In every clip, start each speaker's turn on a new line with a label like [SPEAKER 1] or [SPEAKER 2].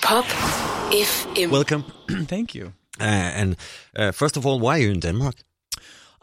[SPEAKER 1] Top if im
[SPEAKER 2] Welcome.
[SPEAKER 3] Thank you.
[SPEAKER 2] Uh, and uh, first of all, why are you in Denmark?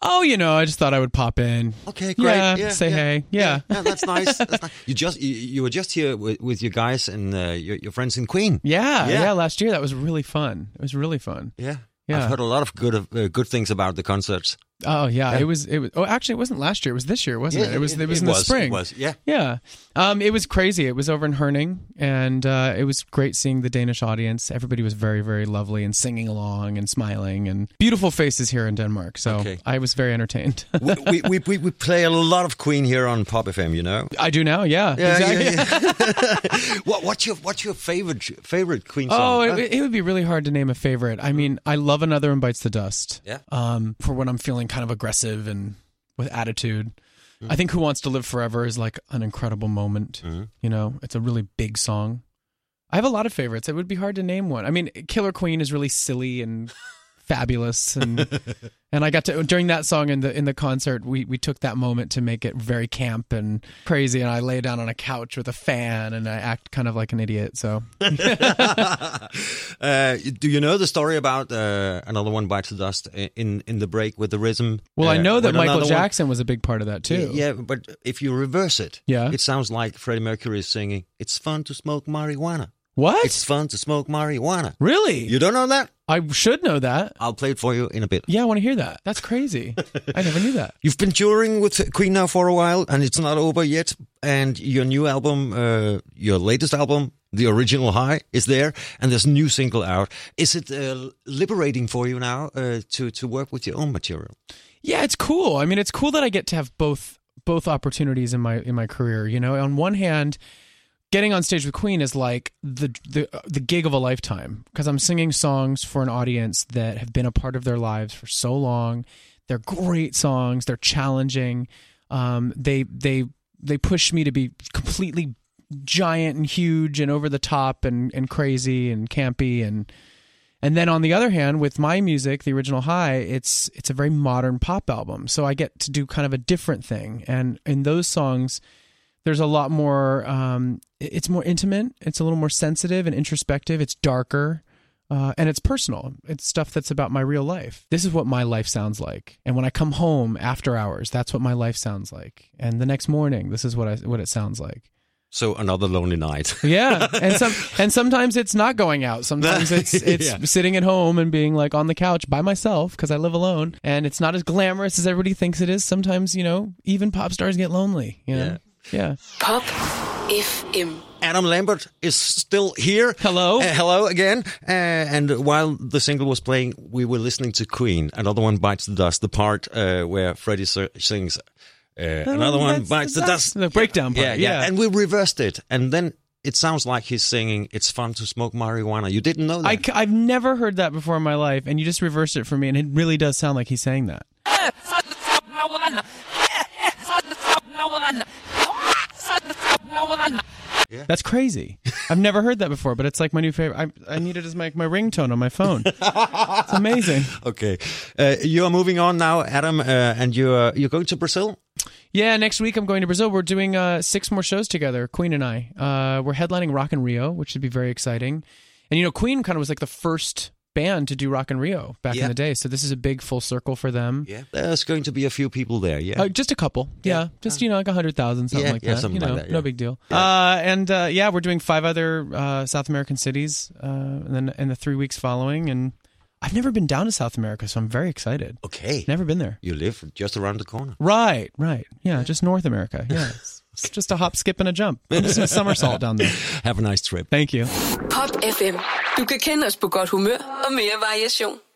[SPEAKER 3] Oh, you know, I just thought I would pop in.
[SPEAKER 2] Okay, great.
[SPEAKER 3] Yeah, say hey. Yeah.
[SPEAKER 2] yeah, that's nice. That's nice. You just you, you were just here with, with your guys and uh, your, your friends in Queen.
[SPEAKER 3] Yeah,
[SPEAKER 2] Yeah.
[SPEAKER 3] yeah, Last year, that was really fun. It was really fun.
[SPEAKER 2] Yeah,
[SPEAKER 3] Yeah.
[SPEAKER 2] I've heard a lot of good of, uh, good things about the concerts.
[SPEAKER 3] Oh yeah,
[SPEAKER 2] Yeah.
[SPEAKER 3] it was. It was. Oh, actually, it wasn't last year. It was this year, wasn't
[SPEAKER 2] Yeah,
[SPEAKER 3] it? It was. It, was
[SPEAKER 2] it
[SPEAKER 3] in
[SPEAKER 2] was,
[SPEAKER 3] the
[SPEAKER 2] it
[SPEAKER 3] spring.
[SPEAKER 2] was, yeah.
[SPEAKER 3] Yeah. Um, it was crazy. It was over in Herning, and uh, it was great seeing the Danish audience. Everybody was very, very lovely and singing along and smiling and beautiful faces here in Denmark. So
[SPEAKER 2] Okay.
[SPEAKER 3] I was very entertained.
[SPEAKER 2] we, we, we- we, we play a lot of Queen here on Pop FM, you know.
[SPEAKER 3] I do now. Yeah. exactly.
[SPEAKER 2] yeah. what, what's your what's your favorite favorite Queen song?
[SPEAKER 3] Oh,
[SPEAKER 2] Huh?
[SPEAKER 3] it, it would be really hard to name a favorite. I mean, I love another one bites the dust.
[SPEAKER 2] Yeah.
[SPEAKER 3] Um, for when I'm feeling kind of aggressive and with attitude,
[SPEAKER 2] Mm-hmm.
[SPEAKER 3] I think "Who Wants to Live Forever" is like an incredible moment. You know, it's a really big song. I have a lot of favorites. It would be hard to name one. I mean, "Killer Queen" is really silly and fabulous, and and I got to during that song in the in the concert, we we took that moment to make it very camp and crazy, and I lay down on a couch with a fan and I act kind of like an idiot. So
[SPEAKER 2] uh, do you know the story about uh, another one bites the dust in in the break with the rhythm?
[SPEAKER 3] Well, I
[SPEAKER 2] uh,
[SPEAKER 3] know that
[SPEAKER 2] with
[SPEAKER 3] Michael
[SPEAKER 2] another one?
[SPEAKER 3] Jackson was a big part of that too.
[SPEAKER 2] Yeah, but if you reverse it,
[SPEAKER 3] Yeah.
[SPEAKER 2] it sounds like Freddie Mercury is singing. It's fun to smoke marijuana.
[SPEAKER 3] What?
[SPEAKER 2] It's fun to smoke marijuana.
[SPEAKER 3] really?
[SPEAKER 2] You don't know that?
[SPEAKER 3] I should know that.
[SPEAKER 2] I'll play it for you in a bit.
[SPEAKER 3] Yeah, I want to hear that. That's crazy. I never knew that.
[SPEAKER 2] You've been touring with Queen now for a while, and it's not over yet. And your new album, uh, your latest album, The Original High, is there, and there's a new single out. Is it uh, liberating for you now uh, to to work with your own material?
[SPEAKER 3] Yeah, it's cool. I mean, it's cool that I get to have both both opportunities in my in my career. You know, on one hand, getting on stage with Queen is like the the the gig of a lifetime because I'm singing songs for an audience that have been a part of their lives for so long. They're great songs. They're challenging. Um, they they they push me to be completely giant and huge and over the top and and crazy and campy and and then on the other hand, with my music, the original High, it's it's a very modern pop album. So I get to do kind of a different thing. And in those songs, there's a lot more. Um, it- it's more intimate. It's a little more sensitive and introspective. It's darker, uh, and it's personal. It's stuff that's about my real life. This is what my life sounds like. And when I come home after hours, that's what my life sounds like. And the next morning, this is what I what it sounds like.
[SPEAKER 2] So another lonely night.
[SPEAKER 3] Yeah, and some and sometimes it's not going out. Sometimes it's it's
[SPEAKER 2] Yeah.
[SPEAKER 3] sitting at home and being like on the couch by myself because I live alone, and it's not as glamorous as everybody thinks it is. Sometimes you know, even pop stars get lonely. You know? Yeah.
[SPEAKER 1] Pop if im
[SPEAKER 2] Adam Lambert is still here.
[SPEAKER 3] Hello.
[SPEAKER 2] Uh, hello again. Uh, and while the single was playing, we were listening to Queen. Another one bites the dust. The part uh, where Freddie sir- sings. Uh, another one
[SPEAKER 3] That's-
[SPEAKER 2] bites the
[SPEAKER 3] that's
[SPEAKER 2] dust.
[SPEAKER 3] The breakdown part.
[SPEAKER 2] Yeah, yeah, And we reversed it, and then it sounds like he's singing. It's fun to smoke marijuana. You didn't know that.
[SPEAKER 3] I, have never heard that before in my life, and you just reversed it for me, and it really does sound like he sang that. That's crazy. I've never heard that before, but it's like my new favorite. I, I need it as my, my ringtone on my phone. It's amazing.
[SPEAKER 2] okay, uh, you are moving on now, Adam, uh, and you are you're going to Brazil.
[SPEAKER 3] Yeah, next week I'm going to Brazil. We're doing uh, six more shows together, Queen and I. Uh, we're headlining Rock in Rio, which should be very exciting. And you know, Queen kind of was like the first band to do Rock in Rio back
[SPEAKER 2] Yeah.
[SPEAKER 3] in the day, so this is a big full circle for them.
[SPEAKER 2] Yeah, there's going to be a few people there. Yeah,
[SPEAKER 3] Uh, just a couple, yeah, just you know, like a hundred thousand, something
[SPEAKER 2] Yeah,
[SPEAKER 3] like
[SPEAKER 2] yeah,
[SPEAKER 3] that.
[SPEAKER 2] something
[SPEAKER 3] you
[SPEAKER 2] like
[SPEAKER 3] know,
[SPEAKER 2] that, yeah.
[SPEAKER 3] no big deal. Uh, and uh, yeah, we're doing five other uh, South American cities, uh, and then in the three weeks following. And I've never been down to South America, so I'm very excited.
[SPEAKER 2] okay.
[SPEAKER 3] Never been there.
[SPEAKER 2] You live just around the corner.
[SPEAKER 3] Right, right. Yeah, just North America. Yeah. It's just a hop, skip, and a jump. I'm just a somersault down there.
[SPEAKER 2] Have a nice trip.
[SPEAKER 3] Thank you.
[SPEAKER 1] Pop FM. Du kan kende os på godt humør og mere variation.